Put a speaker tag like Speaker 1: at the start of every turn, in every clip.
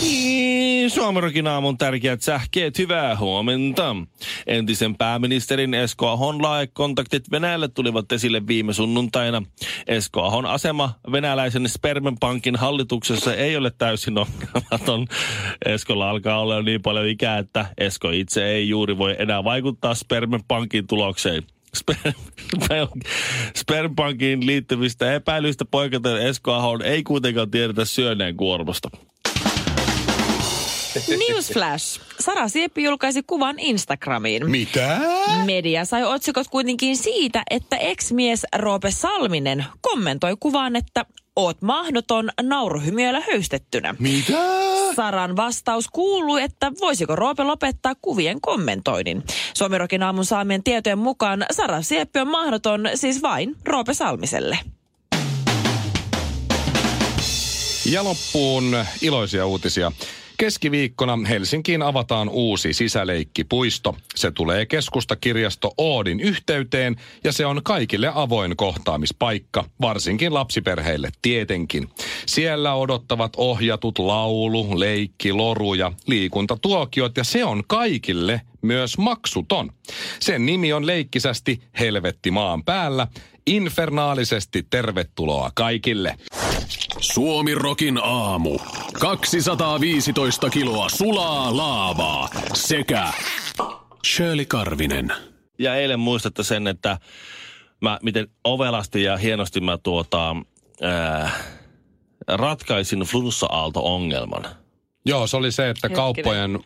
Speaker 1: Niin, Suomerokin aamun tärkeät sähkeet, hyvää huomenta. Entisen pääministerin Esko Ahon laajekontaktit Venäjälle tulivat esille viime sunnuntaina. Esko Ahon asema venäläisen spermenpankin hallituksessa ei ole täysin ongelmaton. Eskolla alkaa olla jo niin paljon ikää, että Esko itse ei juuri voi enää vaikuttaa spermenpankin tulokseen. Spermpankiin liittyvistä epäilyistä poikaten Esko Ahon ei kuitenkaan tiedetä syöneen kuormasta.
Speaker 2: Newsflash. Sara Sieppi julkaisi kuvan Instagramiin.
Speaker 3: Mitä?
Speaker 2: Media sai otsikot kuitenkin siitä, että ex-mies Roope Salminen kommentoi kuvaan, että oot mahdoton nauruhymiöllä höystettynä.
Speaker 3: Mitä?
Speaker 2: Saran vastaus kuului, että voisiko Roope lopettaa kuvien kommentoinnin. Suomirokin aamun saamien tietojen mukaan Sara Sieppi on mahdoton siis vain Roope Salmiselle.
Speaker 3: Ja loppuun iloisia uutisia. Keskiviikkona Helsinkiin avataan uusi sisäleikkipuisto. Se tulee keskustakirjasto Oodin yhteyteen ja se on kaikille avoin kohtaamispaikka, varsinkin lapsiperheille tietenkin. Siellä odottavat ohjatut laulu, leikki, loru ja liikuntatuokiot ja se on kaikille myös maksuton. Sen nimi on leikkisästi Helvetti maan päällä. Infernaalisesti tervetuloa kaikille.
Speaker 4: Suomi Rokin aamu. 215 kiloa sulaa laavaa sekä Shirley Karvinen.
Speaker 1: ja eilen muistatte sen, että mä, miten ovelasti ja hienosti mä tuota, ää, ratkaisin flunssa-aalto-ongelman.
Speaker 3: Joo, se oli se, että
Speaker 2: Hetkinen.
Speaker 3: kauppojen ö,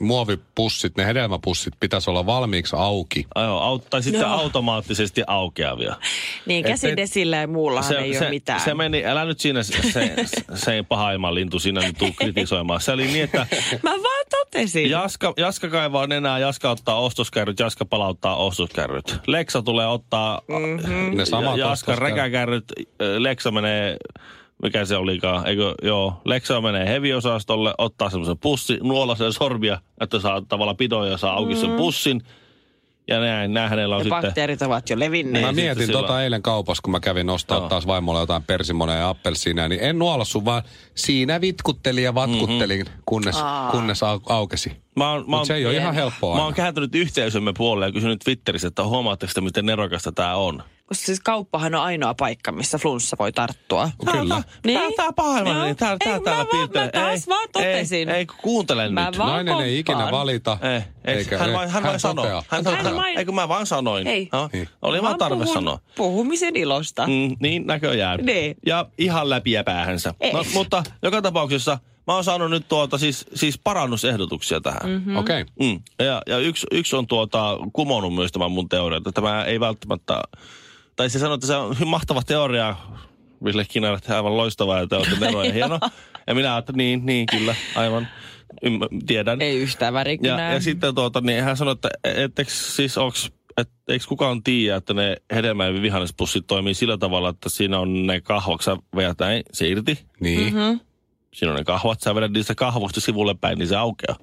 Speaker 3: muovipussit, ne hedelmäpussit pitäisi olla valmiiksi auki.
Speaker 1: Ajo, au, tai sitten
Speaker 2: Joo.
Speaker 1: automaattisesti aukeavia.
Speaker 2: Niin
Speaker 3: Et-
Speaker 2: käsidesillä ja muullahan ei
Speaker 1: se,
Speaker 2: ole mitään.
Speaker 1: se meni, älä nyt siinä, se, se, se ei paha ilmanlintu siinä nyt tuu kritisoimaan. Se oli niin, että
Speaker 2: Mä vaan totesin.
Speaker 1: Jaska, Jaska kaivaa nenää, Jaska ottaa ostoskärryt, Jaska palauttaa ostoskärryt. Leksa tulee ottaa
Speaker 2: Mm.
Speaker 1: mm-hmm.
Speaker 3: Ne samat
Speaker 1: Jaska
Speaker 3: ostoskärryt.
Speaker 1: räkäkärryt, ö, Leksa menee, mikä se olikaan, eikö, joo, Leksa menee heviosastolle, ottaa semmoisen pussi, nuola sen sormia, että saa tavallaan pidon ja saa auki sen pussin. Ja näin, näin hänellä on
Speaker 2: Mm. Ja
Speaker 1: sitten...
Speaker 2: bakteerit ovat jo levinneet.
Speaker 1: Niin,
Speaker 3: Mä
Speaker 1: sitten
Speaker 3: mietin
Speaker 1: silloin-
Speaker 3: tota eilen kaupassa, kun mä kävin ostaa
Speaker 1: Joo.
Speaker 3: taas vaimolle jotain persimonea ja appelsiinia, niin en nuola sun, vaan siinä vitkuttelin ja vatkuttelin,
Speaker 1: Mm-hmm.
Speaker 3: kunnes, kunnes au, aukesi.
Speaker 1: Mä oon, mä
Speaker 3: Mut
Speaker 1: oon,
Speaker 3: se ei ole ihan helppoa
Speaker 1: Mä
Speaker 3: aina.
Speaker 1: oon kääntynyt yhteisömme puolelle ja kysynyt Twitterissä, että huomaatteko te, miten nerokasta tämä on?
Speaker 2: Koska siis kauppahan on ainoa paikka, missä flunssa voi tarttua.
Speaker 3: Kyllä.
Speaker 1: Niin?
Speaker 2: Niin.
Speaker 1: Tää, tää pahoilla,
Speaker 2: Joo.
Speaker 1: niin tää, tää
Speaker 2: Ei,
Speaker 1: täällä
Speaker 2: mä vaan-
Speaker 1: piirtelee.
Speaker 2: mä taas vaan totesin.
Speaker 1: Ei, ei kun kuuntele
Speaker 2: Mä
Speaker 1: nyt.
Speaker 2: vaan
Speaker 3: Nainen ei
Speaker 2: komppaan.
Speaker 3: ikinä valita.
Speaker 1: Ei, Eh, ei, hän,
Speaker 3: ei.
Speaker 1: vain, hän, vain sanoo.
Speaker 3: toteaa.
Speaker 1: Hän,
Speaker 2: Hän
Speaker 1: toteaa.
Speaker 2: vain-
Speaker 1: Ei kun mä vaan sanoin.
Speaker 2: Ei.
Speaker 1: No,
Speaker 3: Niin.
Speaker 1: Oli vaan tarve sanoa.
Speaker 2: Puhumisen ilosta. Mm.
Speaker 1: Mm, niin näköjään.
Speaker 2: Niin.
Speaker 1: Ja ihan läpiä päähänsä.
Speaker 2: Ei.
Speaker 1: No, mutta joka tapauksessa mä oon saanut nyt tuolta siis, siis parannusehdotuksia tähän.
Speaker 2: Mhm.
Speaker 1: Mm.
Speaker 3: Okei. Okay.
Speaker 1: Mm. Ja, ja yksi, yksi on tuota, kumonnut myös tämän mun teorian, että tämä ei välttämättä... Tai se sanoo, että se on mahtava teoria, Ville Kinar, että aivan loistavaa ja te olette neroja hieno. Ja minä ajattelin, niin, niin kyllä, aivan, ymmär- tiedän.
Speaker 2: Ei yhtään
Speaker 1: ja,
Speaker 2: värikynää.
Speaker 1: ja sitten tuota, niin hän sanoi, että etteks siis onks, et, eikö kukaan tiedä, että ne hedelmä- ja vihannespussit toimii sillä tavalla, että siinä on ne kahvaksa sä vedät näin, se irti.
Speaker 3: Niin. Mm-hmm.
Speaker 1: Siinä on ne kahvat, sä vedät niistä kahvoista sivulle päin, niin se aukeaa.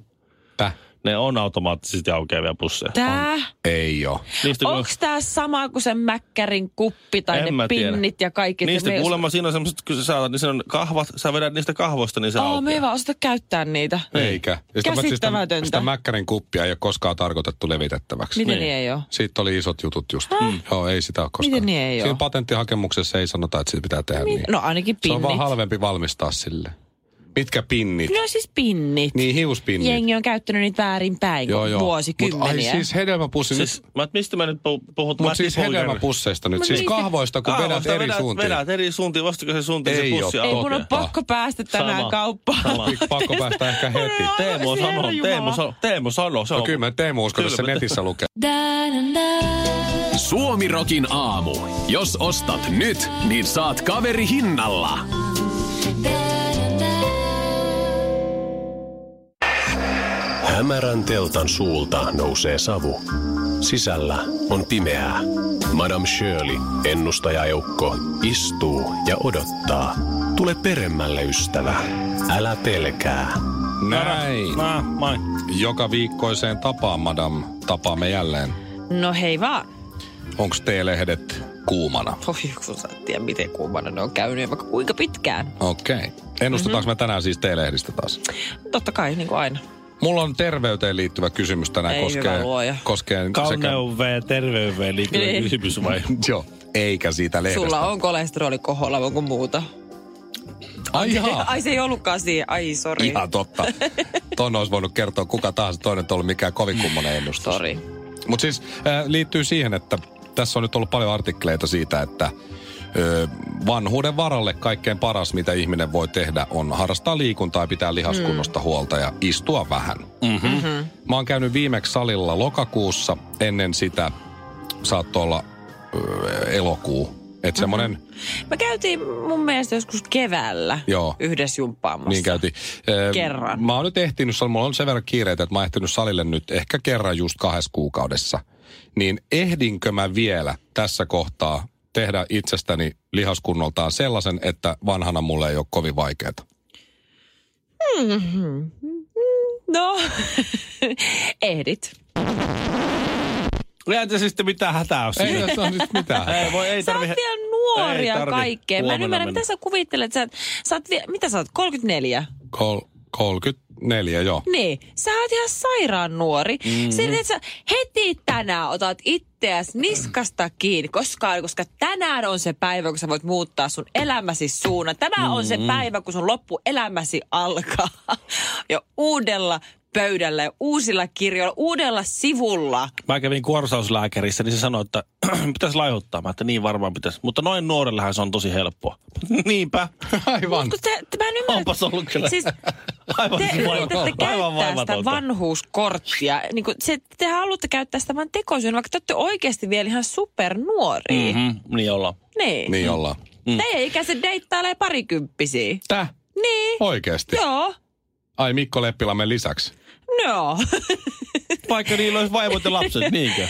Speaker 1: Ne on automaattisesti aukeavia pusseja.
Speaker 2: Tää?
Speaker 3: Ei oo.
Speaker 1: Niistä kuule-
Speaker 2: Onks tää sama kuin se mäkkärin kuppi tai
Speaker 1: En mä
Speaker 2: ne
Speaker 1: tiedä.
Speaker 2: pinnit ja kaikki? että
Speaker 1: Niistä
Speaker 2: me ei os-
Speaker 1: kuulemma siinä on semmoiset, kun sä saat, niin siinä on kahvat, sä vedät niistä kahvoista, niin se
Speaker 2: Aa,
Speaker 1: oh,
Speaker 2: me ei vaan osata käyttää niitä.
Speaker 1: Niin.
Speaker 3: Eikä.
Speaker 1: siis
Speaker 3: Ja siis sitä paitsi sitä-
Speaker 2: Käsittämätöntä.
Speaker 3: Sitä mäkkärin kuppia ei ole koskaan tarkoitettu levitettäväksi.
Speaker 2: Miten
Speaker 1: Niin.
Speaker 2: niin. niin ei oo?
Speaker 3: Siitä oli isot jutut just. Mm. Joo, ei sitä ole koskaan.
Speaker 2: Miten niin ei oo?
Speaker 3: Siinä patenttihakemuksessa ei sanota, että siitä pitää tehdä niin.
Speaker 2: No ainakin
Speaker 3: Se
Speaker 2: pinnit.
Speaker 3: on vaan halvempi valmistaa sille. Mitkä pinnit?
Speaker 2: No siis pinnit.
Speaker 3: Niin hiuspinnit.
Speaker 2: Jengi on käyttänyt niitä väärin päin vuosikymmeniä.
Speaker 3: Mut, ai siis hedelmäpussi.
Speaker 1: Siis,
Speaker 3: Siis,
Speaker 1: mä, et mistä mä nyt pu- puhut?
Speaker 3: Mutta
Speaker 1: Matti
Speaker 3: siis
Speaker 1: Bulger.
Speaker 3: hedelmäpusseista nyt.
Speaker 2: No
Speaker 3: Siis
Speaker 2: niin.
Speaker 3: kahvoista, kun
Speaker 1: Kahvoista
Speaker 3: vedät eri
Speaker 1: vedät,
Speaker 3: suuntiin.
Speaker 1: Vedät eri suuntiin, vastako se suuntiin
Speaker 3: Ei
Speaker 1: se pussi
Speaker 3: oo
Speaker 2: Ei
Speaker 1: aukeaa?
Speaker 2: mun on
Speaker 3: Totta.
Speaker 2: pakko päästä tänään
Speaker 1: Ah. Sama.
Speaker 2: kauppaan.
Speaker 1: Sama.
Speaker 3: Niin, Pakko päästä ehkä
Speaker 2: Mulla on
Speaker 3: heti.
Speaker 2: aivan
Speaker 1: Teemu
Speaker 2: siis
Speaker 1: sanoo,
Speaker 2: herranjumala.
Speaker 1: Teemu sanoo, Teemu sanoo. Se
Speaker 3: No
Speaker 1: on,
Speaker 3: kyllä mä Teemu uskon, jos se
Speaker 1: Kyllä mä-
Speaker 3: netissä lukee.
Speaker 4: Suomi Rokin aamu. Jos ostat nyt, niin saat kaveri hinnalla. Hämärän teltan suulta nousee savu. Sisällä on pimeää. Madame Shirley, ennustajaeukko, istuu ja odottaa. Tule peremmälle, ystävä. Älä pelkää.
Speaker 3: Näin.
Speaker 1: Mä, mä.
Speaker 3: Joka viikkoiseen tapaan, madam, tapaamme jälleen.
Speaker 2: No hei vaan.
Speaker 3: Onks T-lehdet kuumana?
Speaker 2: Voi kun sä et tiedä, miten kuumana ne on käynyt ja vaikka kuinka pitkään.
Speaker 3: Okei. Okay. Ennustetaanko
Speaker 2: Mhm.
Speaker 3: mm-hmm. me tänään siis T-lehdistä taas?
Speaker 2: Totta kai, niin kuin aina.
Speaker 3: Mulla on terveyteen liittyvä kysymys tänään.
Speaker 2: Ei,
Speaker 3: koskee,
Speaker 2: hyvä luoja.
Speaker 3: koskee sekä...
Speaker 1: Kauneuveen ja terveyteen liittyvä
Speaker 2: Niin.
Speaker 1: kysymys vai?
Speaker 3: Joo. Eikä siitä lehdestä.
Speaker 2: Sulla on kolesteroli koholla, onko muuta?
Speaker 3: Ai jaa.
Speaker 2: Ai se ei ollutkaan siihen. Ai sori.
Speaker 3: Ihan totta. Tuon olisi voinut kertoa kuka tahansa toinen, että on ollut mikään kovin kummonen ennustus.
Speaker 2: Sori.
Speaker 3: Mutta siis äh, liittyy siihen, että tässä on nyt ollut paljon artikkeleita siitä, että ö, vanhuuden varalle kaikkein paras, mitä ihminen voi tehdä, on harrastaa liikuntaa ja pitää lihaskunnosta huolta ja istua vähän. Mm. Mm-hmm. Mä oon käynyt viimeksi salilla lokakuussa, ennen sitä saattoi olla ö, elokuu. Että semmoinen, mm-hmm.
Speaker 2: Me käytiin mun mielestä joskus keväällä
Speaker 3: Joo.
Speaker 2: yhdessä jumppaamassa.
Speaker 3: niin käytiin. Ö,
Speaker 2: Kerran.
Speaker 3: Mä oon nyt ehtinyt, sal- mulla on sen verran kiireitä, että mä oon ehtinyt salille nyt ehkä kerran just kahdessa kuukaudessa. Niin ehdinkö mä vielä tässä kohtaa tehdä itsestäni lihaskunnoltaan sellaisen, että vanhana mulle ei ole kovin vaikeaa.
Speaker 2: Mm-hmm. No, ehdit.
Speaker 1: Eihän tässä sitten mitään hätää ole
Speaker 3: Ei
Speaker 1: siinä.
Speaker 3: tässä ole nyt mitään.
Speaker 1: Ei, voi, ei
Speaker 2: no- Sä oot
Speaker 1: tarvi...
Speaker 2: vielä
Speaker 1: Ei
Speaker 2: nuoria
Speaker 1: tarvi
Speaker 2: kaikkeen. Mä en
Speaker 1: huomenna
Speaker 2: ymmärrä,
Speaker 1: mennä.
Speaker 2: mitä sä kuvittelet. Sä, sä oot vie, mitä sä oot, 34?
Speaker 3: Kol- 34, joo.
Speaker 2: Niin, sä oot ihan sairaan nuori.
Speaker 1: Mhm.
Speaker 2: Mm-hmm. Sen, että sä heti tänään otat itteäs niskasta kiinni, koska, koska tänään on se päivä, kun sä voit muuttaa sun elämäsi suunnan. Tämä mm-hmm. on se
Speaker 1: Mhm.
Speaker 2: päivä, kun sun loppuelämäsi alkaa. Ja uudella pöydällä ja uusilla kirjoilla, uudella sivulla.
Speaker 1: Mä kävin kuorsauslääkärissä, niin se sanoi, että pitäisi laihuttaa. Mä että niin varmaan pitäisi. Mutta noin nuorellähän se on tosi helppoa. Niinpä.
Speaker 3: Aivan.
Speaker 2: Kun te, te, mä en ymmärrä,
Speaker 1: Onpas ollut kyllä.
Speaker 2: Siis,
Speaker 1: Aivan
Speaker 2: te yritätte
Speaker 1: vaivatonta. Aivan
Speaker 2: käyttää sitä
Speaker 1: vaivatonta.
Speaker 2: vanhuuskorttia. Niin kuin se, te haluatte käyttää sitä vain tekosyyn, vaikka te olette oikeasti vielä ihan supernuori. Mm-hmm.
Speaker 1: Mm, niin ollaan.
Speaker 2: Niin.
Speaker 3: Niin ollaan.
Speaker 2: Mm. Teidän ikäiset deittailee parikymppisiä.
Speaker 3: Täh?
Speaker 2: Niin.
Speaker 3: Oikeesti?
Speaker 2: Joo.
Speaker 3: Ai Mikko Leppilamme lisäksi.
Speaker 2: No.
Speaker 1: Vaikka niillä olisi vaimot ja lapset, niinkö?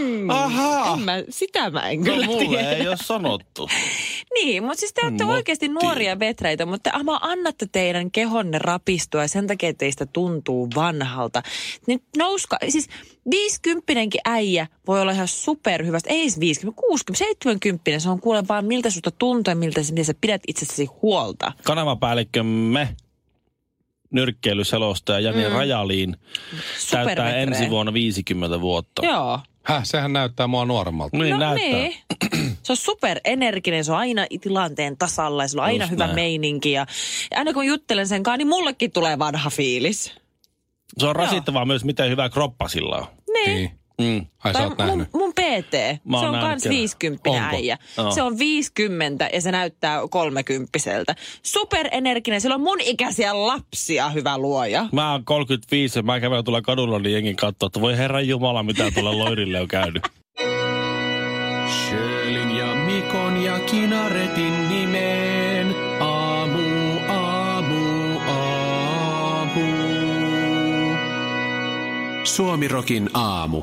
Speaker 1: Mm. Ahaa.
Speaker 2: En mä, sitä mä en
Speaker 1: No
Speaker 2: kyllä
Speaker 1: mulle
Speaker 2: tiedä.
Speaker 1: ei ole sanottu.
Speaker 2: Niin, mutta siis te olette
Speaker 1: Motti.
Speaker 2: oikeasti nuoria vetreitä, mutta te ama annatte teidän kehonne rapistua ja sen takia teistä tuntuu vanhalta. Nyt nouska, siis viisikymppinenkin äijä voi olla ihan superhyvästä. Ei edes 50, 60, 70, se on kuule vaan miltä susta tuntuu ja miltä, miten sä pidät itsestäsi huolta.
Speaker 1: Kanavapäällikkömme nyrkkeilyselostaja Jani mm. Rajaliin täyttää
Speaker 2: Supervetreä.
Speaker 1: ensi vuonna 50 vuotta.
Speaker 2: Joo.
Speaker 3: Häh, sehän näyttää mua nuoremmalta.
Speaker 1: Niin
Speaker 2: no
Speaker 1: näyttää.
Speaker 2: niin. Se on superenerginen, se on aina tilanteen tasalla ja sillä on aina
Speaker 1: Just
Speaker 2: hyvä
Speaker 1: näin.
Speaker 2: meininki. Ja ja aina kun juttelen sen kanssa, niin mullekin tulee vanha fiilis.
Speaker 1: Se on rasittavaa myös, miten hyvä kroppa sillä on.
Speaker 2: Niin.
Speaker 3: Niin.
Speaker 1: Mm.
Speaker 3: Ai sä oot
Speaker 2: Tai mun,
Speaker 3: nähnyt.
Speaker 2: mun PT,
Speaker 1: Mä oon
Speaker 2: se on
Speaker 1: nähnyt
Speaker 2: kans
Speaker 1: kerran.
Speaker 2: 50
Speaker 1: Onko?
Speaker 2: äijä.
Speaker 1: Joo.
Speaker 2: Se on 50 ja se näyttää 30 Superenerginen, sillä on mun ikäisiä lapsia, hyvä luoja.
Speaker 1: Mä oon 35 ja mä kävelen tuolla kadulla, niin jengi katsoo, että voi herra jumala, mitä tuolla loirille on käynyt.
Speaker 4: Sjölin ja Mikon ja Kinaretin nimeen. Aamu, aamu, aamu. Suomirokin aamu.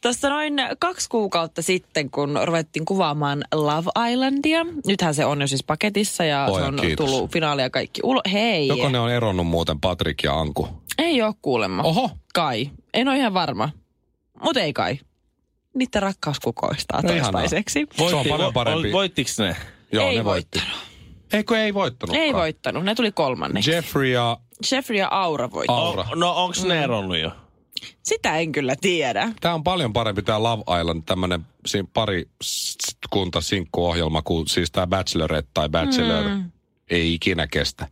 Speaker 2: Tuossa noin kaksi kuukautta sitten, kun ruvettiin kuvaamaan Love Islandia. Nythän se on jo siis paketissa ja
Speaker 3: Voi,
Speaker 2: se on
Speaker 3: kiitos.
Speaker 2: tullut finaalia kaikki ulos. Hei,
Speaker 3: Joko ne on eronnut muuten Patrik ja Anku?
Speaker 2: ei ole kuulemma.
Speaker 3: Oho.
Speaker 2: Kai. En ole ihan varma. Mutta ei kai. Niitä rakkaus kukoistaa
Speaker 3: No ihanaa.
Speaker 2: toistaiseksi.
Speaker 3: Se on paljon
Speaker 1: vo-
Speaker 3: parempi.
Speaker 1: ol- Voittiks ne?
Speaker 3: Joo,
Speaker 2: Ei
Speaker 3: ne voitti. Eikö ei voittanut?
Speaker 2: Ei voittanut, ne tuli kolmanneksi.
Speaker 3: Jeffrey ja
Speaker 2: Jeffrey ja Aura voitti.
Speaker 3: Au-
Speaker 2: Oh.
Speaker 3: Aura.
Speaker 1: O- no onks ne eronnut jo?
Speaker 2: Sitä en kyllä tiedä.
Speaker 3: Tämä on paljon parempi tämä Love Island, tämmöinen pari s- kunta sinkkuohjelma kuin siis tämä Bachelorette tai Bachelor. Mm. Ei ikinä kestä.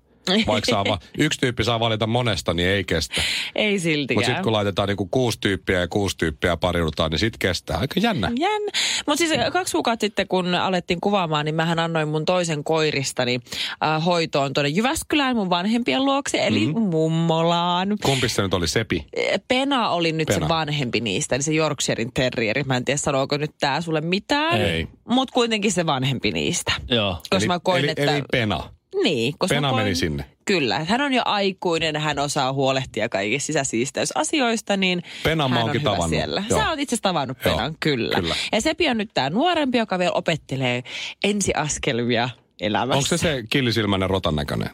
Speaker 3: Vaikka saa va- yksi tyyppi saa valita monesta, niin ei kestä.
Speaker 2: Ei siltikään.
Speaker 3: Mutta sitten kun laitetaan niinku kuusi tyyppiä ja kuusi tyyppiä pariudutaan, niin sitten kestää. Aika jännä.
Speaker 2: Jännä. Mutta siis kaksi kuukautta sitten, kun alettiin kuvaamaan, niin mähän annoin mun toisen koiristani äh, hoitoon tuonne Jyväskylään mun vanhempien luokse, eli
Speaker 3: Mhm.
Speaker 2: mm-hmm. mummolaan.
Speaker 3: Kumpi se nyt oli? Sepi?
Speaker 2: Eh, Pena oli nyt Pena.
Speaker 3: Pena.
Speaker 2: se vanhempi niistä, eli se Yorkshirein terrieri. Mä en tiedä, sanooko nyt tää sulle mitään,
Speaker 3: Ei.
Speaker 2: mutta kuitenkin se vanhempi niistä.
Speaker 1: Joo.
Speaker 2: Koska
Speaker 3: eli,
Speaker 2: mä koin,
Speaker 3: eli,
Speaker 2: että...
Speaker 3: eli pena.
Speaker 2: Niin, koska
Speaker 3: Pena
Speaker 2: mä koin,
Speaker 3: meni sinne.
Speaker 2: Kyllä, että hän on jo aikuinen, hän osaa huolehtia kaikista sisäsiisteysasioista, niin
Speaker 3: Penan mä
Speaker 2: hän on
Speaker 3: oonkin
Speaker 2: hyvä
Speaker 3: tavannut,
Speaker 2: siellä.
Speaker 3: joo.
Speaker 2: Sä oot itse asiassa tavannut
Speaker 3: Joo,
Speaker 2: Penan, kyllä.
Speaker 3: kyllä.
Speaker 2: kyllä. Ja Sepi on nyt tämä nuorempi, joka vielä opettelee ensiaskelmia elämässä.
Speaker 3: Onko se se killisilmäinen rotan näköinen?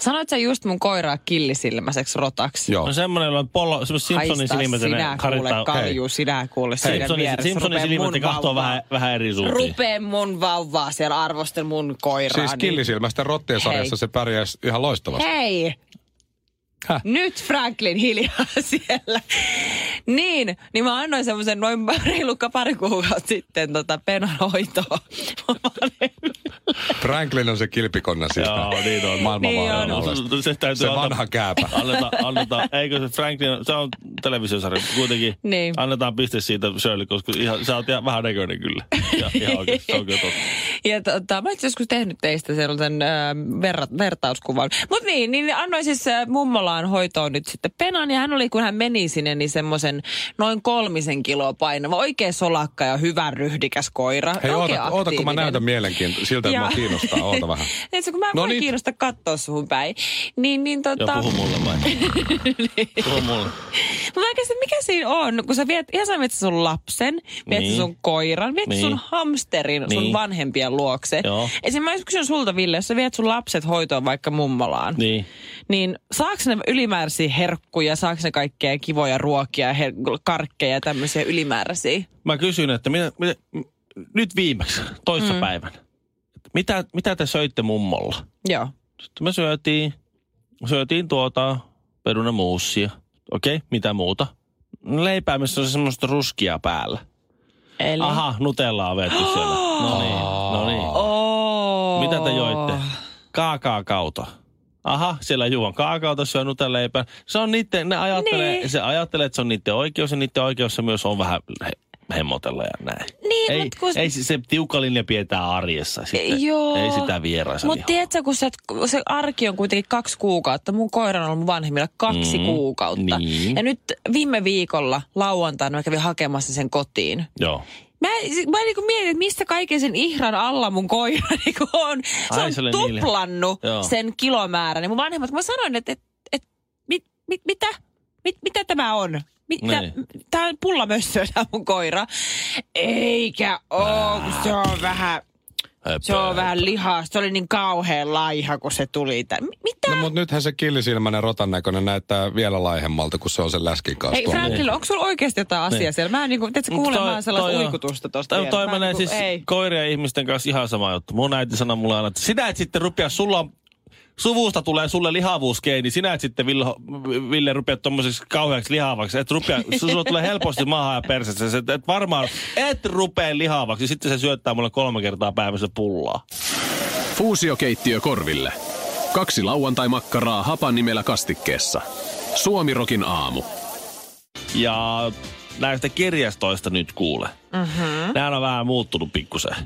Speaker 2: Sanoit sä just mun koiraa killisilmäiseksi rotaksi?
Speaker 3: Joo.
Speaker 1: On semmoinen, No, jolla on polo, semmoinen Simpsonin
Speaker 2: Haista
Speaker 1: silmäinen
Speaker 2: sinä kuule
Speaker 1: karittaa.
Speaker 2: kalju, sinä kuule siinä
Speaker 1: Simpsonin,
Speaker 2: vieressä.
Speaker 1: Simpsonin
Speaker 2: Rupee
Speaker 1: silmät ja
Speaker 2: mun
Speaker 1: kahtoo
Speaker 2: vauvaa-
Speaker 1: vähän, vähän eri suuntiin.
Speaker 2: Rupee mun vauvaa siellä arvostel mun koiraa. niin-
Speaker 3: Siis killisilmäisten rottien sarjassa
Speaker 2: Hei.
Speaker 3: se pärjäisi ihan loistavasti.
Speaker 2: Hei!
Speaker 3: Häh?
Speaker 2: Nyt Franklin hiljaa siellä. Niin, niin mä annoin semmoisen noin reilu pari kuukautta sitten tota penon hoitoa.
Speaker 3: Franklin on se kilpikonna siis.
Speaker 1: Joo, niin on.
Speaker 3: Maailman
Speaker 2: Niin
Speaker 3: vaaran
Speaker 2: on.
Speaker 3: alaista.
Speaker 1: Se täytyy
Speaker 3: Se
Speaker 1: antaa-
Speaker 3: vanha kääpä.
Speaker 1: Annetaan, annetaan, eikö se Franklin, se on televisiosarja kuitenkin.
Speaker 2: Niin.
Speaker 1: Annetaan piste siitä Shirley, koska ihan, sä oot ihan vähän näköinen kyllä. Ja, ihan oikeasti, se on kyllä totta.
Speaker 2: Ja tota, mä itse joskus tehnyt teistä sellaisen ää, verra- vertauskuvan. Mut niin, niin annoin siis ää, mummolaan hoitoon nyt sitten penan. Ja hän oli, kun hän meni sinne, niin semmoisen noin kolmisen kiloa painava. Oikein solakka ja hyvä ryhdikäs koira.
Speaker 3: Hei,
Speaker 2: Oikein
Speaker 3: oota, oota, kun mä
Speaker 2: aktiivinen.
Speaker 3: näytän mielenkiintoista siltä, että
Speaker 2: Joo.
Speaker 3: mä kiinnostaa. Oota vähän.
Speaker 2: Et se, kun mä en
Speaker 3: No
Speaker 2: no
Speaker 3: niin.
Speaker 2: niin. kiinnosta katsoa suhun päin. Niin, niin
Speaker 1: Ja
Speaker 2: tota...
Speaker 1: puhu mulle vai? Puhu mulle.
Speaker 2: Mutta oikeasti mikä siinä on, kun sä viet, ihan sä viet sun lapsen, viet
Speaker 1: Niin.
Speaker 2: niin. sun koiran, viet
Speaker 1: Niin.
Speaker 2: niin. sun hamsterin niin.
Speaker 1: Niin.
Speaker 2: sun vanhempien luokse.
Speaker 1: Joo.
Speaker 2: Esimerkiksi mä kysyn sulta, Ville, jos sä viet sun lapset hoitoon vaikka mummolaan, niin,
Speaker 1: Niin.
Speaker 2: niin saaks ne ylimääräisiä herkkuja, saaks ne kaikkea kivoja ruokia, her- karkkeja ja tämmöisiä ylimääräisiä?
Speaker 1: Mä kysyn, että mitä, mitä, m- nyt viimeksi, toissa mm. päivänä. että Mitä, mitä te söitte mummolla?
Speaker 2: Joo.
Speaker 1: Sitten me syötiin, syötiin tuota perunamuussia. Okei, okay, mitä muuta? Leipää, missä on semmoista ruskia päällä.
Speaker 2: Eli...
Speaker 1: Aha, Nutellaa on vetty siellä. No niin, no niin.
Speaker 2: Oh.
Speaker 1: Mitä te joitte? Kaakaakauta. Aha, siellä juon kaakaota, syö nutelleipää. Se on niitten, ne ajattelee, niin.
Speaker 2: Niin.
Speaker 1: se ajattelee, että se on niiden oikeus ja niiden oikeus se myös on vähän he, hemmotella ja näin.
Speaker 2: Niin,
Speaker 1: ei,
Speaker 2: mut kun-
Speaker 1: ei se, se tiukka linja pidetään arjessa sitten.
Speaker 2: Joo.
Speaker 1: Ei sitä vieraisa
Speaker 2: Mutta tiedätkö, kun sä, et- kun se arki on kuitenkin kaksi kuukautta. Mun koira on ollut mun vanhemmilla kaksi
Speaker 1: Mm,
Speaker 2: mm, kuukautta.
Speaker 1: niin.
Speaker 2: Ja nyt viime viikolla lauantaina mä kävin hakemassa sen kotiin.
Speaker 1: Joo.
Speaker 2: Mä, siis mä niinku mietin, että missä kaiken sen ihran alla mun koira niinku on. Se
Speaker 1: Ai,
Speaker 2: on
Speaker 1: se oli niille.
Speaker 2: tuplannut
Speaker 1: Joo.
Speaker 2: sen kilomäärän. Ja mun vanhemmat, mä sanoin, että, että, että mit, mit, mitä? Mit, mitä tämä on? Mitä?
Speaker 1: Niin.
Speaker 2: Tämä on pullamössö, tämä mun koira. Eikä oo, kun se on vähän... Se on vähän lihaa. Se oli niin kauhean laiha, kun se tuli tänne. M- Mitä?
Speaker 3: No mutta nythän se killisilmäinen rotan näköinen näyttää vielä laihemmalta, kun se on sen läskin kanssa.
Speaker 2: Ei,
Speaker 3: tuolla.
Speaker 2: Frankilla, onko sulla oikeasti jotain asiaa
Speaker 1: Niin.
Speaker 2: siellä? Mä en niinku, tiedätkö,
Speaker 1: Mut
Speaker 2: kuulen
Speaker 1: toi-
Speaker 2: vaan sellaista
Speaker 1: toi on-
Speaker 2: uikutusta tosta
Speaker 1: Toi,
Speaker 2: vielä.
Speaker 1: toi
Speaker 2: Mä en
Speaker 1: menee
Speaker 2: niinku-
Speaker 1: siis
Speaker 2: ei.
Speaker 1: koirien ja ihmisten kanssa ihan sama juttu. Mun äiti sanoi mulle aina, että sinä et sitten rupea, sulla on, suvusta tulee sulle lihavuuskeini, sinä et sitten Ville, Ville rupea tommoseksi kauheaksi lihavaksi. Et rupea, su- sulla tulee helposti maahan ja perseessä, et, et varmaan et rupea lihavaksi. Sitten se syöttää mulle kolme kertaa päivässä pullaa.
Speaker 4: Fuusiokeittiö korville. Kaksi lauantai-makkaraa hapan nimellä kastikkeessa. Suomirokin aamu.
Speaker 1: Ja näistä kirjastoista nyt kuule. Mm-hmm. Nämä on vähän muuttunut pikkusen.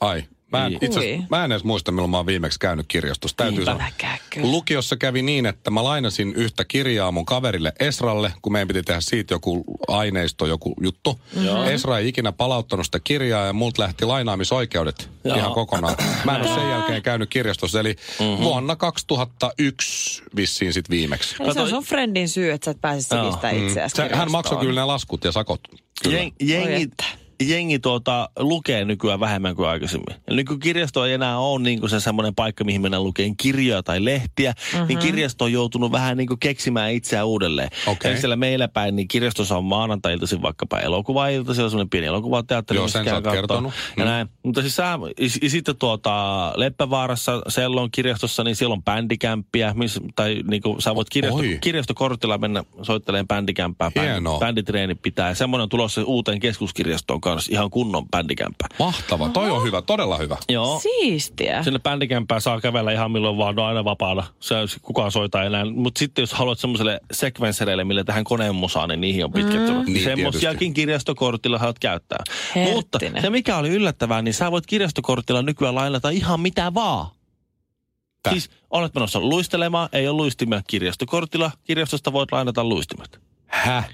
Speaker 3: Ai. Mä en,
Speaker 1: Niin.
Speaker 3: itse,
Speaker 2: Ui.
Speaker 3: asiassa- mä en edes muista, milloin mä oon viimeksi käynyt kirjastossa. Täytyy sanoa.
Speaker 2: Äläkää kyllä.
Speaker 3: Lukiossa kävi niin, että mä lainasin yhtä kirjaa mun kaverille Esralle, kun meidän piti tehdä siitä joku aineisto, joku juttu. Mm-hmm. Esra ei ikinä palauttanut sitä kirjaa ja multa lähti lainaamisoikeudet
Speaker 1: Joo.
Speaker 3: Joo. ihan kokonaan. Mä en ole sen jälkeen käynyt kirjastossa, eli mm-hmm. vuonna 2001 vissiin sit viimeksi.
Speaker 2: Eli se
Speaker 1: Kato-
Speaker 2: on sun friendin syy, että sä et pääse
Speaker 1: Joo.
Speaker 2: sikistä itseäsi
Speaker 3: Mm. Se, hän maksoi kyllä ne laskut ja sakot. Kyllä.
Speaker 1: Jeng, jengi,
Speaker 2: että.
Speaker 1: jengi tuota, lukee nykyään vähemmän kuin aikaisemmin. Eli niin kun kirjasto ei enää ole niin kuin se semmoinen paikka, mihin mennään lukeen kirjoja tai lehtiä, mm-hmm. niin kirjasto on joutunut vähän niin kuin keksimään itseään uudelleen.
Speaker 3: Okei.
Speaker 1: Eli siellä meillä päin, niin kirjastossa on maanantai-iltaisin vaikkapa elokuva-ilta, siellä on semmoinen pieni elokuvateatteri,
Speaker 3: Joo,
Speaker 1: missä
Speaker 3: sen
Speaker 1: käy
Speaker 3: sä oot
Speaker 1: kattoo.
Speaker 3: kertonut.
Speaker 1: Ja
Speaker 3: Mm.
Speaker 1: näin. Mutta siis sä, is, is, sitten tuota, Leppävaarassa, Sellon kirjastossa, niin siellä on bändikämppiä, missä, tai niin kuin, sä voit kirjasto,
Speaker 3: Oi.
Speaker 1: kirjastokortilla mennä soitteleen bändikämppää. Bändi-
Speaker 3: Hienoa.
Speaker 1: Bänditreenit pitää. Ja semmoinen on tulossa uuteen keskuskirjastoon kanssa ihan kunnon bändikämppä.
Speaker 3: Mahtava, toi on hyvä, todella hyvä.
Speaker 1: Joo.
Speaker 2: Siistiä.
Speaker 1: Sinne bändikämppään saa kävellä ihan milloin vaan, ne on aina vapaana. Se, kukaan soittaa enää. Mutta sitten jos haluat semmoiselle sekvenssereille, millä tähän koneen musaan, niin niihin on pitkittynyt. Mm.
Speaker 3: Niin,
Speaker 1: Semmoisiakin
Speaker 3: tietysti.
Speaker 1: kirjastokortilla haluat käyttää.
Speaker 2: Herttinen.
Speaker 1: Mutta se mikä oli yllättävää, niin sä voit kirjastokortilla nykyään lainata ihan mitä vaan.
Speaker 3: Tää.
Speaker 1: Siis olet menossa luistelemaan, ei ole luistimia kirjastokortilla. Kirjastosta voit lainata luistimet.
Speaker 3: Häh?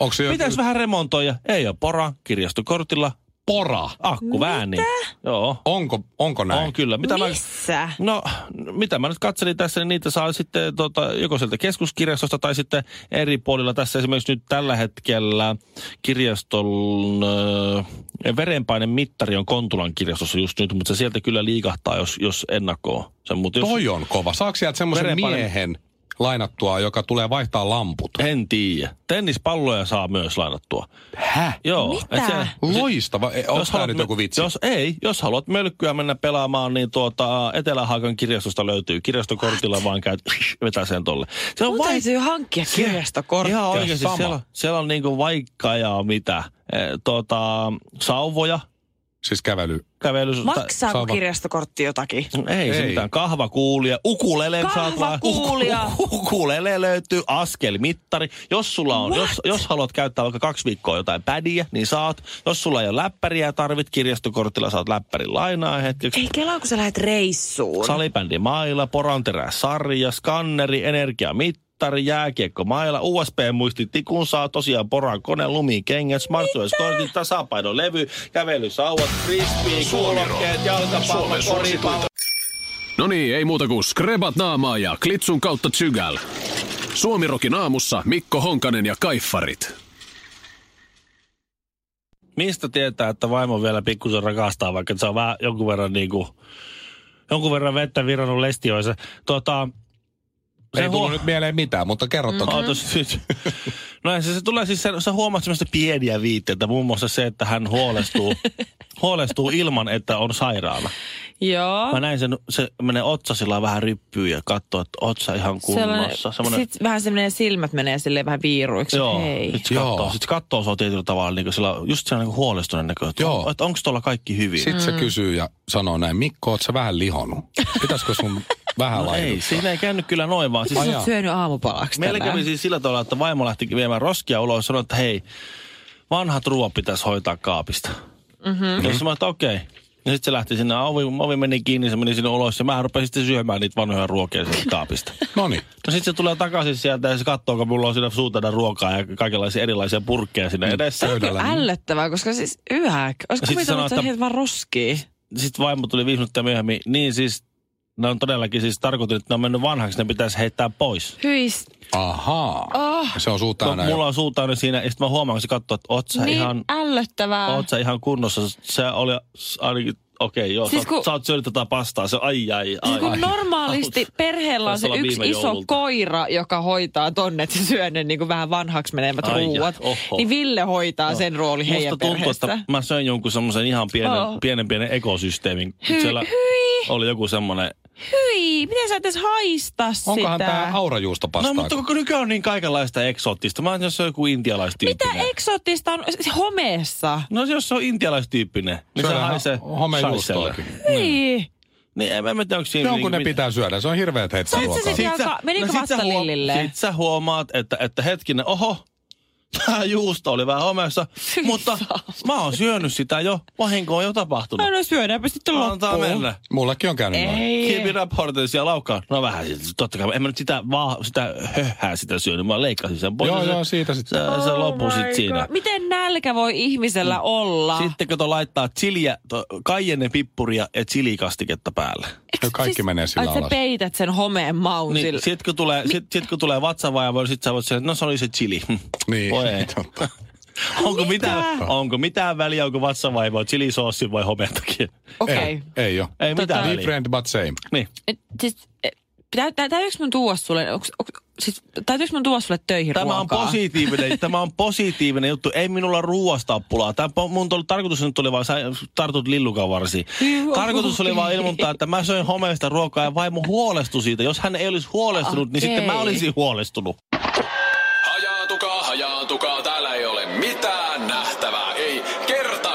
Speaker 3: Onko se jo
Speaker 1: Pitäis vähän remontoida? Ei ole pora, kirjastokortilla,
Speaker 3: pora?
Speaker 1: akku vääni. Joo.
Speaker 3: Onko, onko näin?
Speaker 1: On kyllä. Mitä mä,
Speaker 2: Missä?
Speaker 1: No, mitä mä nyt katselin tässä, niin niitä saa sitten tota, joko sieltä keskuskirjastosta tai sitten eri puolilla. Tässä esimerkiksi nyt tällä hetkellä kirjaston ö, verenpainen mittari on Kontulan kirjastossa just nyt, mutta se sieltä kyllä liikahtaa, jos, jos ennakkoo sen. Mutta jos,
Speaker 3: Toi on kova. Saako sieltä semmoisen
Speaker 1: Verenpaine-
Speaker 3: miehen lainattua, joka tulee vaihtaa lamput?
Speaker 1: en tiedä. Tennispalloja saa myös lainattua.
Speaker 3: Häh?
Speaker 1: Joo.
Speaker 2: Mitä?
Speaker 1: et siellä-
Speaker 3: Loistava. Onko tämä nyt
Speaker 1: me-
Speaker 3: joku vitsi?
Speaker 1: Jos, ei, jos haluat mölkkyä mennä pelaamaan, niin tuota, Etelä-Haakan kirjastosta löytyy. Kirjastokortilla vaan käyt, vetää sen tolle. Se
Speaker 3: No
Speaker 1: on
Speaker 2: Mun
Speaker 1: vai-
Speaker 2: täytyy hankkia kirjastokortti.
Speaker 1: Ihan oikeasti,
Speaker 3: sama.
Speaker 1: siellä, on- siellä on niinku vaikka ja mitä. E, tota, sauvoja,
Speaker 3: Siis kävely.
Speaker 1: kävely...
Speaker 2: Maksaako
Speaker 3: Sama.
Speaker 2: kirjastokortti jotakin?
Speaker 1: Ei, ei. se
Speaker 3: Ei.
Speaker 1: mitään. Kahvakuulia, ukulele saat vaan.
Speaker 2: Kahvakuulia.
Speaker 1: Ukulele löytyy, askelmittari. Jos sulla on, jos, jos, haluat käyttää vaikka kaksi viikkoa jotain pädiä, niin saat. Jos sulla ei ole läppäriä ja tarvit kirjastokortilla, saat läppärin lainaa hetkeksi.
Speaker 2: Ei kelaa, kun sä lähdet reissuun.
Speaker 1: Salibändi maila, poranterä sarja, skanneri, energiamittari, jääkiekko maila, USB-muistitikun saa tosiaan poran kone, lumikengät, smartwatch-kortit, tasapainon levy, kävelysauvat, frisbee, kuulokkeet, jalkapallo,
Speaker 4: Suomen
Speaker 1: koripallo.
Speaker 4: No niin, ei muuta kuin skrebat naamaa ja klitsun kautta tsygäl. Suomirokin aamussa Mikko Honkanen ja Kaiffarit.
Speaker 1: Mistä tietää, että vaimo vielä pikkusen rakastaa, vaikka se on vähän jonkun verran niin kuin, jonkun verran vettä virannut lestioissa. Tota,
Speaker 3: Se ei
Speaker 1: huo- Mm.
Speaker 3: tullut nyt mieleen mitään, mutta kerro toki.
Speaker 1: Ootas nyt. No ja se, se tulee siis, se, sä huomaat semmoista pieniä viitteitä, muun muassa se, että hän huolestuu, huolestuu ilman, että on sairaana.
Speaker 2: Joo.
Speaker 1: Mä näin sen, se menee otsa sillä vähän ryppyyn ja katsoo, että otsa ihan kunnossa. Semmoinen,
Speaker 2: Sitten vähän semmoinen silmät menee silleen vähän viiruiksi.
Speaker 1: joo, Siis-
Speaker 2: Hei.
Speaker 1: sit se katsoo,
Speaker 3: Joo.
Speaker 1: sit se katsoo sua tietyllä tavalla, niin sillä, just sillä niin huolestuneen näkö, että,
Speaker 3: Joo.
Speaker 1: on, että onko tuolla kaikki hyvin.
Speaker 3: Sitten se kysyy ja sanoo näin, Mikko, oot sä vähän lihonut? Pitäisikö sun vähän
Speaker 1: no ei,
Speaker 3: laittaa?
Speaker 1: siinä ei käynyt kyllä noin vaan. Siis,
Speaker 3: Ai
Speaker 2: Sä
Speaker 3: jaa.
Speaker 2: oot syönyt aamupalaksi
Speaker 1: Meillä kävi siis sillä tavalla, että vaimo lähti viemään roskia ulos ja sanoi, että hei, vanhat ruoat pitäisi hoitaa kaapista. Mm-hmm. Ja sanoin, että okei. Ja sitten se lähti sinne, ovi, ovi meni kiinni, se meni sinne ulos ja mä rupesin sitten syömään niitä vanhoja ruokia sieltä kaapista.
Speaker 3: No niin.
Speaker 1: No sitten se tulee takaisin sieltä ja se katsoo, kun mulla on siinä suutena ruokaa ja kaikenlaisia erilaisia purkkeja siinä edessä.
Speaker 3: pöydällä. niin.
Speaker 2: Kyllä ällöttävää, koska siis yhäk. Olisiko
Speaker 1: Sitten sanoo,
Speaker 2: kuvitellut, että
Speaker 1: että-
Speaker 2: heitä vaan roskii?
Speaker 1: Sitten vaimo tuli viisi minuuttia myöhemmin, niin siis ne on todellakin siis tarkoitettu, että ne on mennyt vanhaksi, ne pitäisi heittää pois.
Speaker 2: Hyis.
Speaker 3: Ahaa.
Speaker 2: Oh,
Speaker 3: Se on suuta
Speaker 1: Kun
Speaker 3: aina.
Speaker 1: Ah. No mulla on suu täynnä siinä, ja sitten mä huomaan, kun se katsoo, että oot sä
Speaker 2: niin
Speaker 1: ihan,
Speaker 2: ällöttävää.
Speaker 1: oot sä ihan kunnossa. Se oli s- ainakin, okei okay, joo,
Speaker 2: Siis
Speaker 1: siis sä,
Speaker 2: kun-
Speaker 1: kun... sä oot syönyt tätä pastaa, se ai ai ai.
Speaker 2: Siis kun
Speaker 1: ai.
Speaker 2: normaalisti perheellä on
Speaker 1: Taisi
Speaker 2: se
Speaker 1: olla
Speaker 2: yksi
Speaker 1: viime
Speaker 2: iso
Speaker 1: joululta.
Speaker 2: koira, joka hoitaa tonne, että se syö ne niin kuin vähän vanhaksi menevät
Speaker 1: Ai ja,
Speaker 2: ruuat.
Speaker 1: oho. No,
Speaker 2: Niin Ville hoitaa sen rooli heidän
Speaker 1: Musta tuntuu,
Speaker 2: perheessä.
Speaker 1: että mä söin jonkun semmoisen ihan pienen,
Speaker 2: Oh.
Speaker 1: oh. pienen, pienen ekosysteemin.
Speaker 2: Hyi,
Speaker 1: Siellä
Speaker 2: hyi.
Speaker 1: oli joku No, semmoinen.
Speaker 2: Hyi, miten sä et edes haista
Speaker 3: Onkohan
Speaker 2: sitä?
Speaker 3: tää aurajuusta pastaa?
Speaker 1: No mutta kun nykyään on niin kaikenlaista eksoottista. Mä jos se on joku
Speaker 2: Mitä
Speaker 1: intialaistyyppinen.
Speaker 2: eksoottista on se homeessa?
Speaker 1: No jos se on intialaistyyppinen, niin se
Speaker 3: Syödään
Speaker 1: haisee
Speaker 3: homejuustoakin.
Speaker 1: salselle.
Speaker 2: Hyi.
Speaker 1: Niin en mä tiedä, onko siinä...
Speaker 3: Ne on, kun ne
Speaker 1: niinku-
Speaker 3: pitää syödä. Se on hirveet
Speaker 2: Sait sä
Speaker 3: heittoruokaa.
Speaker 2: sen jälkeen? Jalka- Niin, menikö
Speaker 1: sit sä
Speaker 2: vasta
Speaker 1: huo-
Speaker 2: lillille?
Speaker 1: Sit sä huomaat, että, että hetkinen, oho, tää juusto oli vähän homeessa, mutta mä oon syönyt sitä jo, vahinko on jo tapahtunut.
Speaker 2: No, no syödäänpä sitten
Speaker 1: Antaa
Speaker 2: loppuun.
Speaker 1: mennä.
Speaker 3: Mullekin on käynyt noin.
Speaker 2: Ei.
Speaker 1: Keep it up, Hortensia ja laukkaa. No vähän sit, totta kai. En mä nyt sitä, vaan, sitä höhää sitä syönyt. Mä leikkasin sen pois.
Speaker 3: Joo,
Speaker 1: ja se,
Speaker 3: joo, siitä sitten.
Speaker 1: Se,
Speaker 2: Oh
Speaker 1: se loppuu sit siinä. Mm.
Speaker 2: Miten nälkä voi ihmisellä olla?
Speaker 1: Sitten kun to laittaa chiliä, to, kaijenne pippuria ja chilikastiketta päälle.
Speaker 3: No kaikki menee sillä
Speaker 2: Siis ai, sä
Speaker 3: alas.
Speaker 2: peität sen homeen maun
Speaker 1: Niin,
Speaker 2: sillä.
Speaker 1: sit kun tulee, sit, sit, kun tulee vatsavaiva, sit sä voit sanoa, että no se oli se chili.
Speaker 3: Niin,
Speaker 1: Voi ei.
Speaker 3: totta.
Speaker 1: Onko mitään, onko mitään väliä, onko vatsavaivoa chilisoossin vai homeetakin?
Speaker 2: Okei.
Speaker 3: Ei, ei ole.
Speaker 1: Ei mitään
Speaker 2: Tota-
Speaker 1: väliä.
Speaker 3: Different but same.
Speaker 1: Niin.
Speaker 2: Et, Siis, eh, pitä- tä- täytyykö mun tuoda sulle, onks, onks, siis, täytyykö mun tuoda sulle töihin
Speaker 1: Tämä on,
Speaker 2: ruokaa?
Speaker 1: positiivinen, tämä on positiivinen juttu. Ei minulla ruoasta ole pulaa. Tämä, po- mun tol, tarkoitus nyt oli vaan, sä tartut lillukan varsiin.
Speaker 2: Joo.
Speaker 1: Tarkoitus oli vaan ilmoittaa, että mä söin homeista ruokaa ja vaimo huolestui siitä. Jos hän ei olisi huolestunut, niin sitten mä
Speaker 2: Okei.
Speaker 1: olisin huolestunut.
Speaker 4: Hajaantukaa, hajaantukaa, täällä ei ole mitään nähtävää, ei kerta